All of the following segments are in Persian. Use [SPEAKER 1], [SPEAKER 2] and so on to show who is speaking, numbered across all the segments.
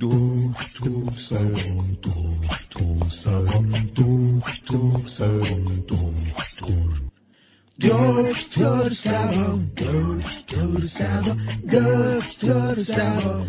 [SPEAKER 1] دکتر سرم دکتر سرم دکتر سرم دکتر
[SPEAKER 2] دکتر سوام دکتر سوام دکتر سوام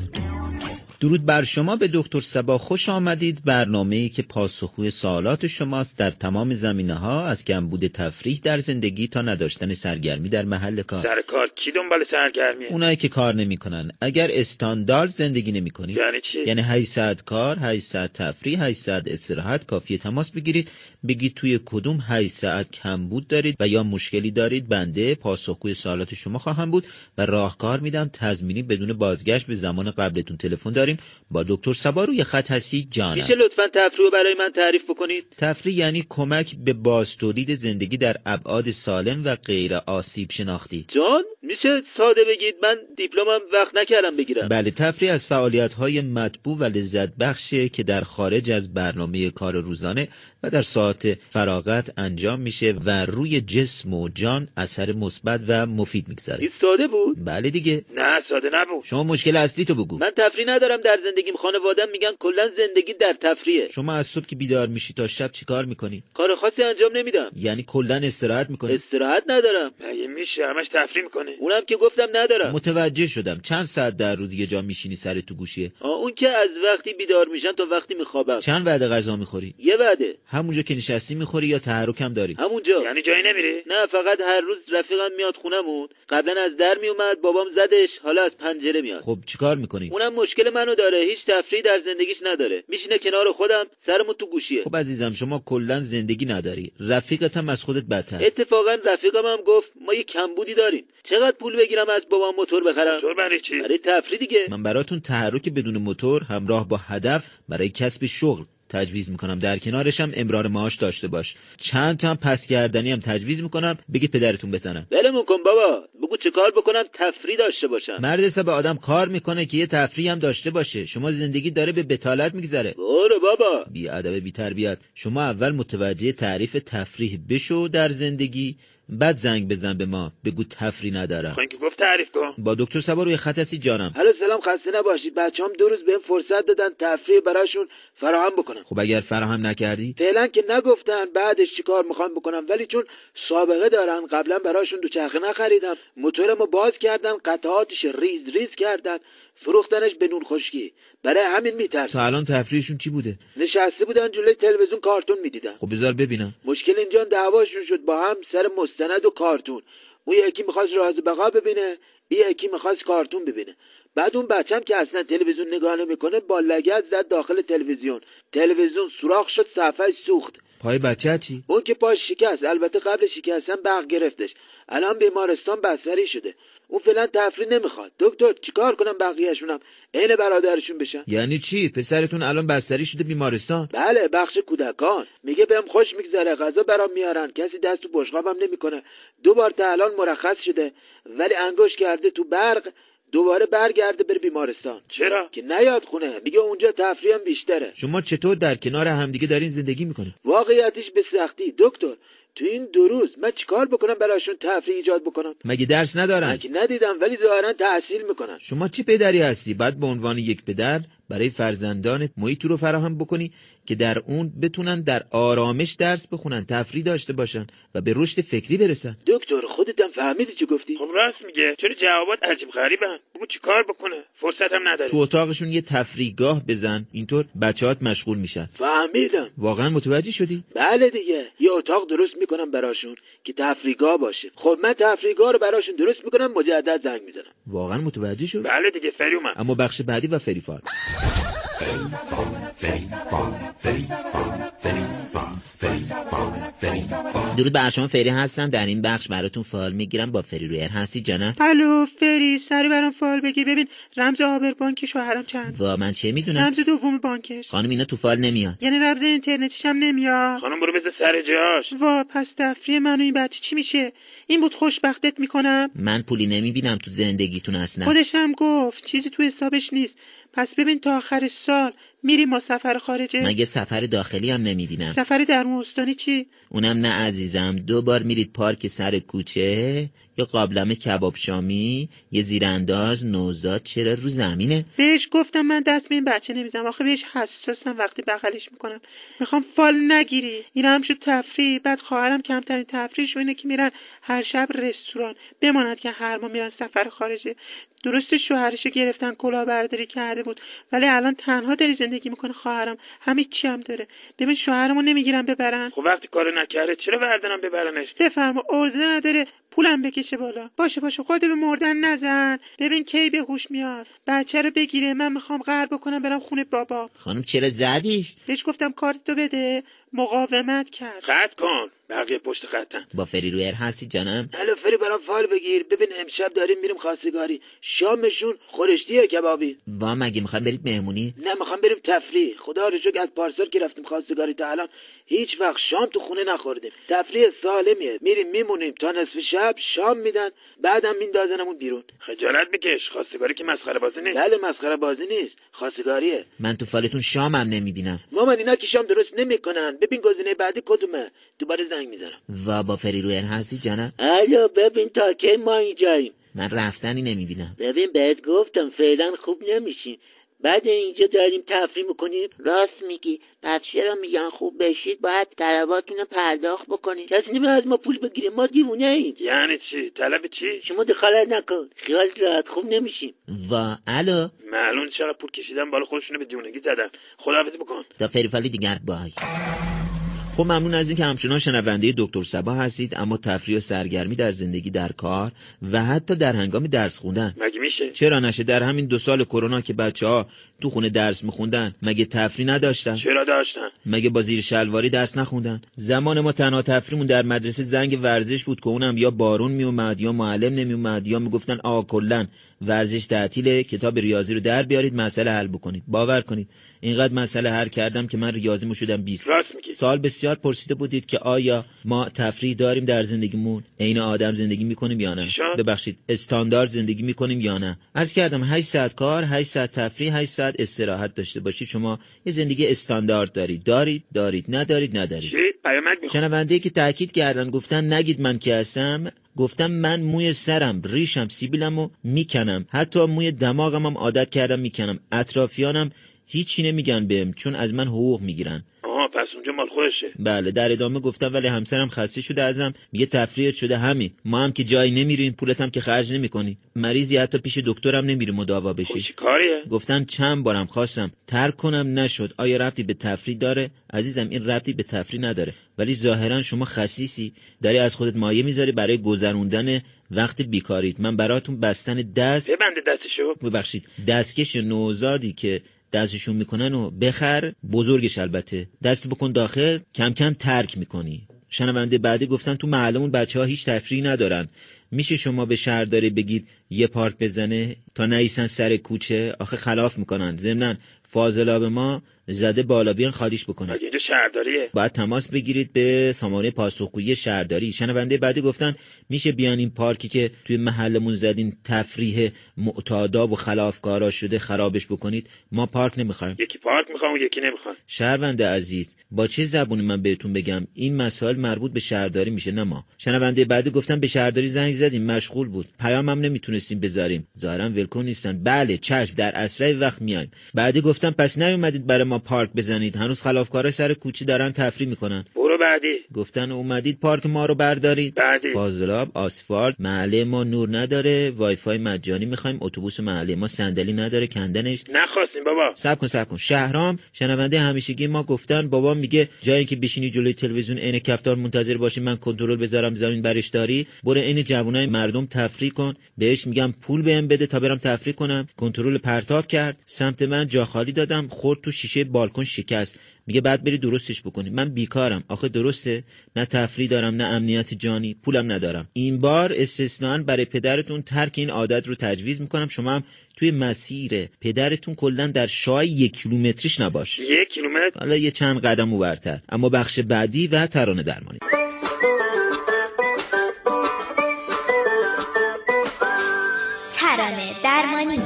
[SPEAKER 3] درود بر شما به دکتر سبا خوش آمدید برنامه ای که پاسخگوی سوالات شماست در تمام زمینه ها از کمبود تفریح در زندگی تا نداشتن سرگرمی در محل کار
[SPEAKER 4] سر کار کی دنبال سرگرمیه
[SPEAKER 3] اونایی که کار نمیکنن اگر استاندارد زندگی نمیکنید
[SPEAKER 4] یعنی چی
[SPEAKER 3] یعنی 8 ساعت کار 8 ساعت تفریح 8 ساعت استراحت کافی تماس بگیرید بگید توی کدوم 8 ساعت کمبود دارید و یا مشکلی دارید بنده پاسخگوی سوالات شما خواهم بود و راهکار میدم تضمینی بدون بازگشت به زمان قبلتون تلفن داریم با دکتر سبا روی خط هستید جانم
[SPEAKER 4] میشه لطفا تفریح برای من تعریف بکنید
[SPEAKER 3] تفریح یعنی کمک به بازتولید زندگی در ابعاد سالم و غیر آسیب شناختی
[SPEAKER 4] جان میشه ساده بگید من دیپلمم وقت نکردم بگیرم
[SPEAKER 3] بله تفریح از فعالیت های مطبوع و لذت بخشه که در خارج از برنامه کار روزانه و در ساعت فراغت انجام میشه و روی جسم و جان اثر مثبت و مفید میگذاره
[SPEAKER 4] این ساده بود
[SPEAKER 3] بله دیگه
[SPEAKER 4] نه ساده نبود
[SPEAKER 3] شما مشکل اصلی تو بگو
[SPEAKER 4] من تفریح ندارم در زندگیم خانوادم میگن کلا زندگی در تفریحه
[SPEAKER 3] شما از صبح که بیدار میشی تا شب چیکار میکنی
[SPEAKER 4] کار خاصی انجام نمیدم
[SPEAKER 3] یعنی کلا استراحت میکنی
[SPEAKER 4] استراحت ندارم
[SPEAKER 1] مگه میشه همش تفریح میکنه
[SPEAKER 4] اونم که گفتم ندارم
[SPEAKER 3] متوجه شدم چند ساعت در روز یه جا میشینی سر تو گوشیه
[SPEAKER 4] آه، اون که از وقتی بیدار میشم تا وقتی میخوابم
[SPEAKER 3] چند وعده غذا میخوری
[SPEAKER 4] یه وعده
[SPEAKER 3] همونجا که نشستی میخوری یا تحرکم داری
[SPEAKER 4] همونجا
[SPEAKER 1] یعنی جایی نمیری
[SPEAKER 4] نه فقط هر روز رفیقم میاد خونمون قبلا از در میومد بابام زدش حالا از پنجره میاد
[SPEAKER 3] خب چیکار میکنی
[SPEAKER 4] اونم مشکل منو داره هیچ تفریحی در زندگیش نداره میشینه کنار خودم سرمون تو گوشیه
[SPEAKER 3] خب عزیزم شما کلا زندگی نداری رفیقت هم از خودت بدتر
[SPEAKER 4] اتفاقا رفیقم هم گفت ما یه کمبودی داریم چقدر پول بگیرم از بابام موتور بخرم
[SPEAKER 1] تو برای چی
[SPEAKER 4] برای تفریح دیگه
[SPEAKER 3] من براتون تحرک بدون موتور همراه با هدف برای کسب شغل تجویز میکنم در کنارش هم امرار معاش داشته باش چند تا هم پس گردنی هم تجویز میکنم بگید پدرتون بزنم
[SPEAKER 4] ولمون کن بابا بگو چه کار بکنم تفریح داشته باشم
[SPEAKER 3] مرد سبه آدم کار میکنه که یه تفریح هم داشته باشه شما زندگی داره به بتالت میگذره
[SPEAKER 4] برو بابا
[SPEAKER 3] بی ادب بی تربیت شما اول متوجه تعریف تفریح بشو در زندگی بعد زنگ بزن به ما بگو تفریح ندارم
[SPEAKER 1] خب این که گفت تعریف کن
[SPEAKER 3] با دکتر سبا روی خط هستی جانم
[SPEAKER 4] حالا سلام خسته نباشید بچه هم دو روز بهم فرصت دادن تفریح براشون فراهم بکنم
[SPEAKER 3] خب اگر فراهم نکردی
[SPEAKER 4] فعلا که نگفتن بعدش چی کار میخوام بکنم ولی چون سابقه دارن قبلا براشون دوچرخه نخریدم موتورمو باز کردن قطعاتش ریز ریز کردن فروختنش به نون خشکی برای همین میترسم
[SPEAKER 3] تا الان تفریحشون چی بوده
[SPEAKER 4] نشسته بودن جلوی تلویزیون کارتون میدیدن
[SPEAKER 3] خب بذار ببینم
[SPEAKER 4] مشکل اینجا دعواشون شد با هم سر مستند و کارتون اون یکی میخواست راز بقا ببینه این یکی میخواست کارتون ببینه بعد اون بچم که اصلا تلویزیون نگاه نمیکنه با لگت زد داخل تلویزیون تلویزیون سوراخ شد صفحه سوخت
[SPEAKER 3] پای بچه چی
[SPEAKER 4] اون که پاش شکست البته قبل شکستن برق گرفتش الان بیمارستان بستری شده اون فعلا تفریح نمیخواد دکتر چیکار کنم بقیهشونم عین برادرشون بشن
[SPEAKER 3] یعنی چی پسرتون الان بستری شده بیمارستان
[SPEAKER 4] بله بخش کودکان میگه بهم خوش میگذره غذا برام میارن کسی دست تو بشقابم نمیکنه دو بار تا الان مرخص شده ولی انگوش کرده تو برق دوباره برگرده بره بیمارستان
[SPEAKER 1] چرا
[SPEAKER 4] که نیاد خونه میگه اونجا تفریحم بیشتره
[SPEAKER 3] شما چطور در کنار همدیگه دارین زندگی میکنین
[SPEAKER 4] واقعیتش به سختی دکتر تو این دو روز من چیکار بکنم براشون تفریح ایجاد بکنم
[SPEAKER 3] مگه درس ندارن
[SPEAKER 4] مگه ندیدم ولی ظاهرا تحصیل میکنن
[SPEAKER 3] شما چه پدری هستی بعد به عنوان یک پدر برای فرزندانت محیطی رو فراهم بکنی که در اون بتونن در آرامش درس بخونن تفریح داشته باشن و به رشد فکری برسن
[SPEAKER 4] دکتر خودتم فهمیدی چی گفتی
[SPEAKER 1] خب راست میگه چرا جوابات عجیب غریبن بگو چیکار بکنه فرصت هم نداره
[SPEAKER 3] تو اتاقشون یه تفریحگاه بزن اینطور بچهات مشغول میشن
[SPEAKER 4] فهمیدم
[SPEAKER 3] واقعا متوجه شدی
[SPEAKER 4] بله دیگه یه اتاق درست میکنم براشون که تفریگاه باشه خب من تفریگاه رو براشون درست میکنم مجدد زنگ میزنم
[SPEAKER 3] واقعا متوجه شد
[SPEAKER 1] بله دیگه فری اومد
[SPEAKER 3] اما بخش بعدی و فریفار درود بر شما فری هستم در این بخش براتون فال میگیرم با فری رویر هستی جانم
[SPEAKER 5] الو فری سری برام فال بگیر ببین رمز آبر بانک شوهرم چند
[SPEAKER 3] و من چه میدونم
[SPEAKER 5] رمز دوم بانکش
[SPEAKER 3] خانم اینا تو فال نمیاد
[SPEAKER 5] یعنی رمز اینترنتیش هم نمیاد
[SPEAKER 4] خب.
[SPEAKER 1] خانم برو بذار سر جاش
[SPEAKER 5] وا پس تفریح من و این بچه چی میشه این بود خوشبختت میکنم
[SPEAKER 3] من پولی نمیبینم تو زندگیتون اصلا
[SPEAKER 5] خودش هم گفت چیزی تو حسابش نیست پس ببین تا آخر سال میری ما سفر خارجه
[SPEAKER 3] مگه سفر داخلی هم نمیبینم
[SPEAKER 5] سفر درون استانی چی
[SPEAKER 3] اونم نه عزیزم دو بار میرید پارک سر کوچه یا قابلمه کباب شامی یه زیرانداز نوزاد چرا رو زمینه
[SPEAKER 5] بهش گفتم من دست به این بچه نمیزم آخه بهش حساسم وقتی بغلش میکنم میخوام فال نگیری این هم شد تفریح بعد خواهرم کمترین تفریحش اینه که میرن هر شب رستوران بماند که هر ما میرن سفر خارجه درست شوهرش گرفتن کلاه برداری کرده بود ولی الان تنها داری زندگی میکنه خواهرم همه چی هم داره ببین شوهرمو نمیگیرن ببرن
[SPEAKER 1] خب وقتی کارو نکرده چرا وردنم ببرنش
[SPEAKER 5] بفرما عرضه نداره پولم بکشه بالا باشه باشه خودتو به مردن نزن ببین کی به هوش میاد بچه رو بگیره من میخوام قهر بکنم برم خونه بابا
[SPEAKER 3] خانم چرا زدیش
[SPEAKER 5] بهش گفتم کارتو بده مقاومت کرد
[SPEAKER 1] خط کن بقیه پشت خطن
[SPEAKER 3] با فریرویر هستی جانم
[SPEAKER 4] الو فری برام فال بگیر ببین امشب داریم میریم خواستگاری شامشون خورشتیه کبابی
[SPEAKER 3] وا مگه میخوام برید مهمونی
[SPEAKER 4] نه میخوام بریم تفریح خدا رو شکر از پارسال که رفتیم خواستگاری تا الان هیچ وقت شام تو خونه نخوردیم تفریح سالمیه میریم میمونیم تا نصف شب شام میدن بعدم میندازنمون بیرون
[SPEAKER 1] خجالت بکش خواستگاری که مسخره بازی نیست
[SPEAKER 4] بله مسخره بازی نیست خواستگاریه
[SPEAKER 3] من تو فالتون شامم نمیبینم
[SPEAKER 4] مامان اینا که شام درست نمیکنن ببین گزینه بعدی کدومه دوباره زنگ میزنم
[SPEAKER 3] و با فریرویر هستی جانم
[SPEAKER 4] الو ببین تا کی ما اینجاییم
[SPEAKER 3] من رفتنی نمیبینم
[SPEAKER 4] ببین بهت گفتم فعلا خوب نمیشیم بعد اینجا داریم تفریح میکنیم
[SPEAKER 6] راست میگی بچه را میگن خوب بشید باید طلباتون رو پرداخت بکنید
[SPEAKER 4] کسی نمیاد از ما پول بگیره ما دیوونه ایم
[SPEAKER 1] یعنی چی طلب چی
[SPEAKER 4] شما دخالت نکن خیال راحت خوب نمیشیم
[SPEAKER 3] و الو
[SPEAKER 1] معلوم چرا پول کشیدم بالا خودشونو به دیونگی زدن خداحافظی بکن
[SPEAKER 3] تا فریفالی دیگر بای خب ممنون از اینکه همچنان شنونده دکتر سبا هستید اما تفریح و سرگرمی در زندگی در کار و حتی در هنگام درس خوندن
[SPEAKER 1] مگه میشه
[SPEAKER 3] چرا نشه در همین دو سال کرونا که بچه ها تو خونه درس میخوندن مگه تفریح نداشتن
[SPEAKER 1] چرا داشتن
[SPEAKER 3] مگه با زیر شلواری درس نخوندن زمان ما تنها تفریمون در مدرسه زنگ ورزش بود که اونم یا بارون میومد یا معلم نمیومد یا میگفتن آقا کلا ورزش تعطیله کتاب ریاضی رو در بیارید مسئله حل بکنید باور کنید اینقدر مسئله حل کردم که من ریاضیمو شدم 20
[SPEAKER 1] راست میگی
[SPEAKER 3] سال بسیار پرسیده بودید که آیا ما تفریح داریم در زندگیمون عین آدم زندگی میکنیم یا نه
[SPEAKER 1] شاید.
[SPEAKER 3] ببخشید استاندارد زندگی میکنیم یا نه عرض کردم 8 ساعت کار 8 ساعت تفریح 8 ساعت استراحت داشته باشید شما یه زندگی استاندارد دارید دارید دارید ندارید ندارید
[SPEAKER 1] چی پیامک میخوام
[SPEAKER 3] شنونده که تاکید کردن گفتن نگید من که هستم گفتم من موی سرم ریشم سیبیلمو میکنم حتی موی دماغم هم عادت کردم میکنم اطرافیانم هیچی نمیگن بهم چون از من حقوق میگیرن
[SPEAKER 1] آها پس اونجا مال خودشه
[SPEAKER 3] بله در ادامه گفتم ولی همسرم خسته شده ازم میگه تفریحت شده همین ما هم که جایی نمیریم پولتم که خرج نمیکنی مریضی حتی پیش دکترم نمیری مداوا
[SPEAKER 1] خب
[SPEAKER 3] بشی
[SPEAKER 1] چی کاریه
[SPEAKER 3] گفتم چند بارم خواستم ترک کنم نشد آیا ربطی به تفریح داره عزیزم این ربطی به تفریح نداره ولی ظاهرا شما خصیصی داری از خودت مایه میذاری برای گذروندن وقت بیکاریت من براتون بستن دست
[SPEAKER 1] ببنده دستشو
[SPEAKER 3] خب، ببخشید دستکش نوزادی که دستشون میکنن و بخر بزرگش البته دست بکن داخل کم کم ترک میکنی شنونده بعدی گفتن تو معلمون بچه ها هیچ تفریحی ندارن میشه شما به شهرداری بگید یه پارک بزنه تا نیسن سر کوچه آخه خلاف میکنن ضمنا فاضلاب ما زده بالا بیان خالیش بکنن
[SPEAKER 1] مگه اینجا شهرداریه
[SPEAKER 3] باید تماس بگیرید به سامانه پاسخگویی شهرداری شنونده بعدی گفتن میشه بیان این پارکی که توی محلمون زدین تفریح معتادا و خلافکارا شده خرابش بکنید ما پارک نمیخوایم
[SPEAKER 1] یکی پارک میخوام و یکی نمیخوام
[SPEAKER 3] شهرونده عزیز با چه زبونی من بهتون بگم این مسائل مربوط به شهرداری میشه نه ما شنونده بعدی گفتم به شهرداری زنگ زدیم مشغول بود پیامم نمیتونستیم بذاریم ظاهرا ولکن نیستن بله چشم در اسرع وقت میایم بعدی گفتم پس نیومدید برای ما پارک بزنید هنوز خلافکارا سر کوچه دارن تفریح میکنن
[SPEAKER 1] برو بعدی
[SPEAKER 3] گفتن اومدید پارک ما رو بردارید
[SPEAKER 1] بعدی
[SPEAKER 3] فاضلاب آسفالت محله ما نور نداره وایفای مجانی میخوایم اتوبوس محله ما صندلی نداره کندنش
[SPEAKER 1] نخواستیم بابا
[SPEAKER 3] سب کن سب کن شهرام شنونده همیشگی ما گفتن بابا میگه جایی که بشینی جلوی تلویزیون عین کفتار منتظر باشی من کنترل بذارم زمین برش داری برو عین جوانای مردم تفریح کن بهش میگم پول بهم بده تا برم تفریح کنم کنترل پرتاب کرد سمت من جا خالی دادم خورد تو شیشه بالکن شکست میگه بعد بری درستش بکنی من بیکارم آخه درسته نه تفریح دارم نه امنیت جانی پولم ندارم این بار استثنا برای پدرتون ترک این عادت رو تجویز میکنم شما هم توی مسیر پدرتون کلا در شای یک کیلومتریش نباش
[SPEAKER 1] یک کیلومتر
[SPEAKER 3] حالا یه چند قدم اوورتر اما بخش بعدی و ترانه درمانی
[SPEAKER 7] ترانه درمانی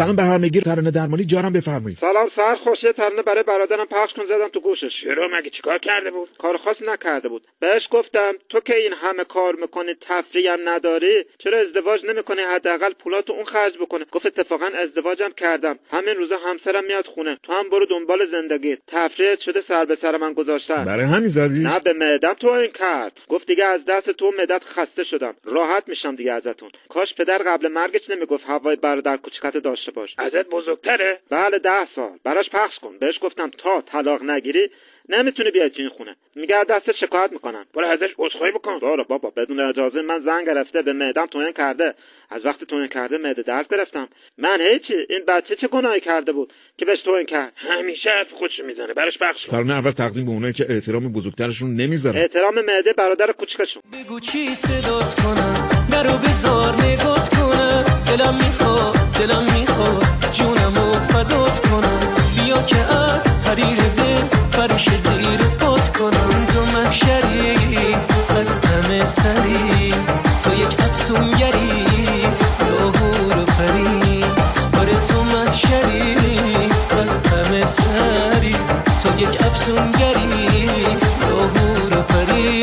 [SPEAKER 2] سلام به همگی ترانه درمانی جارم بفرمایید
[SPEAKER 4] سلام سر خوش یه ترانه برای برادرم پخش کن زدم تو گوشش
[SPEAKER 1] چرا مگه چیکار کرده بود
[SPEAKER 4] کار خاص نکرده بود بهش گفتم تو که این همه کار میکنی تفریح هم نداری چرا ازدواج نمیکنی حداقل پولاتو اون خرج بکنه گفت اتفاقا ازدواجم کردم همین روزا همسرم میاد خونه تو هم برو دنبال زندگی تفریح شده سر به سر من گذاشتن
[SPEAKER 2] برای همین زدیش
[SPEAKER 4] نه به معدم تو این کرد گفت دیگه از دست تو مدت خسته شدم راحت میشم دیگه ازتون کاش پدر قبل مرگش نمیگفت هوای برادر کوچیکت داشته باش
[SPEAKER 1] ازت بزرگتره
[SPEAKER 4] بله ده سال براش پخش کن بهش گفتم تا طلاق نگیری نمیتونه بیاد تو این خونه میگه از دست شکایت میکنم
[SPEAKER 1] برو ازش عذرخواهی بکن
[SPEAKER 4] برو بابا بدون اجازه من زنگ گرفته به معدم توهین کرده از وقتی توهین کرده معده درد گرفتم من هیچی این بچه چه گناهی کرده بود که بهش توهین کرد
[SPEAKER 1] همیشه حرف خودش میزنه براش بخش کن
[SPEAKER 2] ترانه اول تقدیم به اونایی که احترام بزرگترشون نمیذارن
[SPEAKER 4] احترام معده برادر کوچیکشون
[SPEAKER 7] بگو چی صدات کنم درو بزار نگات کنم دلم میخواد دلم میخواد جونمو فدات کنم بیا که از حریر دل فرش زیر پات کنم تو محشری از همه سری تو یک افسونگری لاهور و فری آره تو محشری از همه سری تو یک افسونگری لاهور و فری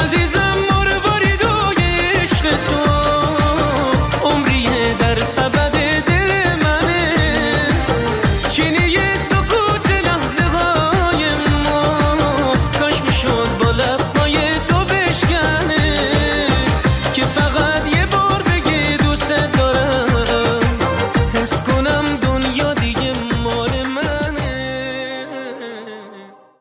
[SPEAKER 7] عزیزم مروارید و عشق تو عمریه در سبد دل منه چینی سکوت لحظه های ما کاش میشد با لبهای تو بشکنه که فقط یه بار بگی دوست دارم حس کنم دنیا دیگه مال منه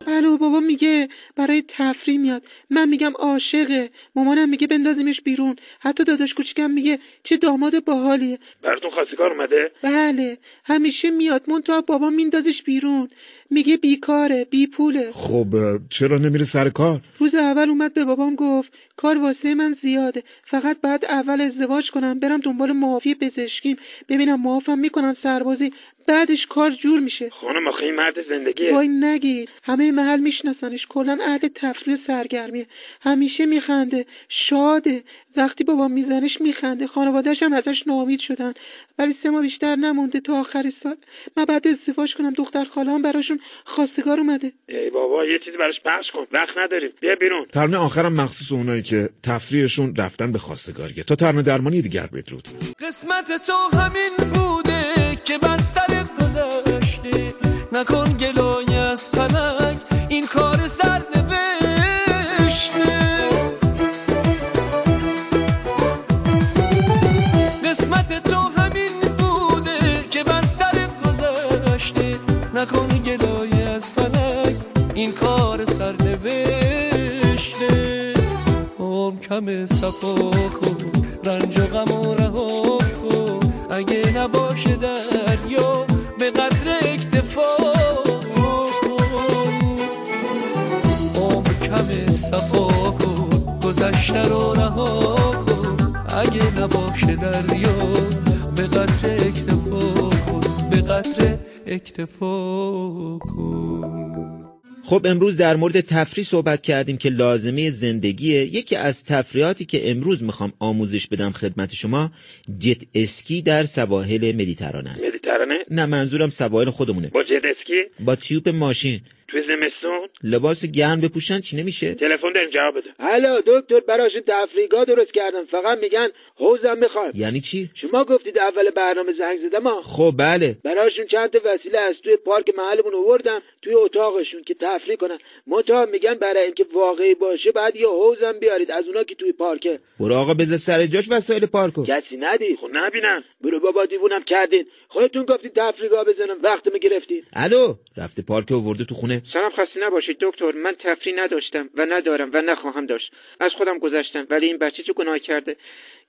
[SPEAKER 5] الو بابا میگه برای تفریح میاد من میگم عاشقه مامانم میگه بندازیمش بیرون حتی داداش کوچیکم میگه چه داماد باحالیه
[SPEAKER 1] براتون خواستگار اومده
[SPEAKER 5] بله همیشه میاد منتها بابا میندازش بیرون میگه بیکاره بیپوله
[SPEAKER 2] خب اه، چرا نمیره سر کار
[SPEAKER 5] روز اول اومد به بابام گفت کار واسه من زیاده فقط باید اول ازدواج کنم برم دنبال معافی پزشکیم ببینم معافم میکنم سربازی بعدش کار جور میشه
[SPEAKER 1] خانم آخه این مرد زندگیه
[SPEAKER 5] وای نگید همه محل میشناسنش کلا اهل تفریح و سرگرمیه همیشه میخنده شاده وقتی بابا میزنش میخنده خانوادهش هم ازش ناامید شدن ولی سه ماه بیشتر نمونده تا آخر سال من بعد ازدواج کنم دختر خاله‌ام براشون خواستگار اومده
[SPEAKER 1] ای بابا یه چیزی براش پخش کن وقت نداریم بیا بیرون
[SPEAKER 2] ترانه آخرم مخصوص اونایی که تفریحشون رفتن به خواستگاریه تا ترانه درمانی دیگر بدرود
[SPEAKER 7] قسمت تو همین بوده که بسترت گذشته نکن گلای از فلک این کار سر قسمت تو همین بوده که بر سرت گذشته نکن گلای از فلک این کار سر نوشته عمر خب، کم صفا کن رنج و غم و رها کن اگه نباشه دریا به قدر اکتفا کن عمر کم صفا کن گذشته رو رها کن اگه نباشه دریا به قدر اکتفا کن به قدر اکتفا کن
[SPEAKER 3] خب امروز در مورد تفریح صحبت کردیم که لازمه زندگیه یکی از تفریحاتی که امروز میخوام آموزش بدم خدمت شما جت اسکی در سواحل مدیترانه است
[SPEAKER 1] مدیترانه
[SPEAKER 3] نه منظورم سواحل خودمونه
[SPEAKER 1] با جت اسکی
[SPEAKER 3] با تیوب ماشین
[SPEAKER 1] توی زمستون
[SPEAKER 3] لباس گرم بپوشن چی نمیشه
[SPEAKER 1] تلفن داریم جواب بده
[SPEAKER 4] الو دکتر براشون تفریحگاه درست کردم فقط میگن حوزم میخوایم
[SPEAKER 3] یعنی چی
[SPEAKER 4] شما گفتید اول برنامه زنگ زدم ها
[SPEAKER 3] خب بله
[SPEAKER 4] براشون چند تا وسیله از توی پارک محلمون آوردم توی اتاقشون که تفریح کنن منتها میگن برای اینکه واقعی باشه بعد یه حوزم بیارید از اونا که توی پارکه
[SPEAKER 3] برو آقا بذار سر جاش وسایل پارکو
[SPEAKER 4] کسی ندید
[SPEAKER 1] خب نبینم
[SPEAKER 4] برو بابا دیوونم کردین خودتون گفتید تفریحگاه بزنم وقتمو گرفتید
[SPEAKER 3] الو رفته پارک ورده تو خونه
[SPEAKER 4] سلام خسته نباشید دکتر من تفریح نداشتم و ندارم و نخواهم داشت از خودم گذشتم ولی این بچه چه گناه کرده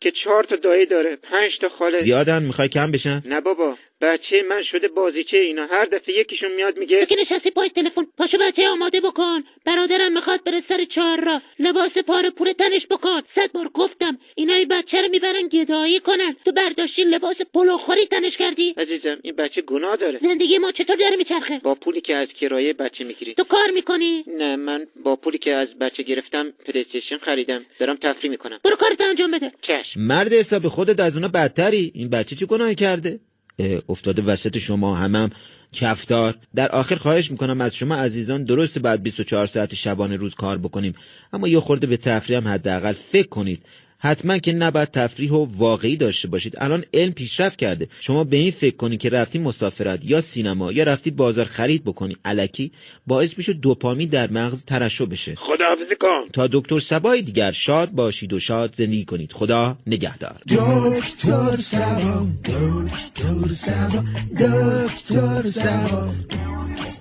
[SPEAKER 4] که چهار تا دایی داره پنج تا خاله
[SPEAKER 3] زیادن میخوای کم بشن
[SPEAKER 4] نه بابا بچه من شده بازیچه اینا هر دفعه یکیشون میاد میگه
[SPEAKER 5] تو که نشستی پای تلفن پاشو بچه آماده بکن برادرم میخواد بره سر چهار راه لباس پاره پوره تنش بکن صد بار گفتم اینا این بچه رو میبرن گدایی کنن تو برداشتی لباس پلوخوری تنش کردی
[SPEAKER 4] عزیزم این بچه گناه داره
[SPEAKER 5] زندگی ما چطور داره میچرخه
[SPEAKER 4] با پولی که از کرایه بچه میگیری
[SPEAKER 5] تو کار میکنی
[SPEAKER 4] نه من با پولی که از بچه گرفتم پلیستیشن خریدم دارم تفریح میکنم
[SPEAKER 5] برو کارت انجام بده
[SPEAKER 4] چشم
[SPEAKER 3] مرد حساب خودت از اونا بدتری این بچه چه گناهی کرده اه، افتاده وسط شما همم کفدار در آخر خواهش میکنم از شما عزیزان درست بعد 24 ساعت شبانه روز کار بکنیم اما یه خورده به تفریح هم حداقل فکر کنید حتما که نباید تفریح و واقعی داشته باشید الان علم پیشرفت کرده شما به این فکر کنید که رفتی مسافرت یا سینما یا رفتی بازار خرید بکنی علکی باعث میشه دوپامین در مغز ترشح بشه
[SPEAKER 4] خداحافظی کن
[SPEAKER 3] تا دکتر سبایی دیگر شاد باشید و شاد زندگی کنید خدا نگهدار
[SPEAKER 8] دکتر سبا دکتر سبا دکتر سبا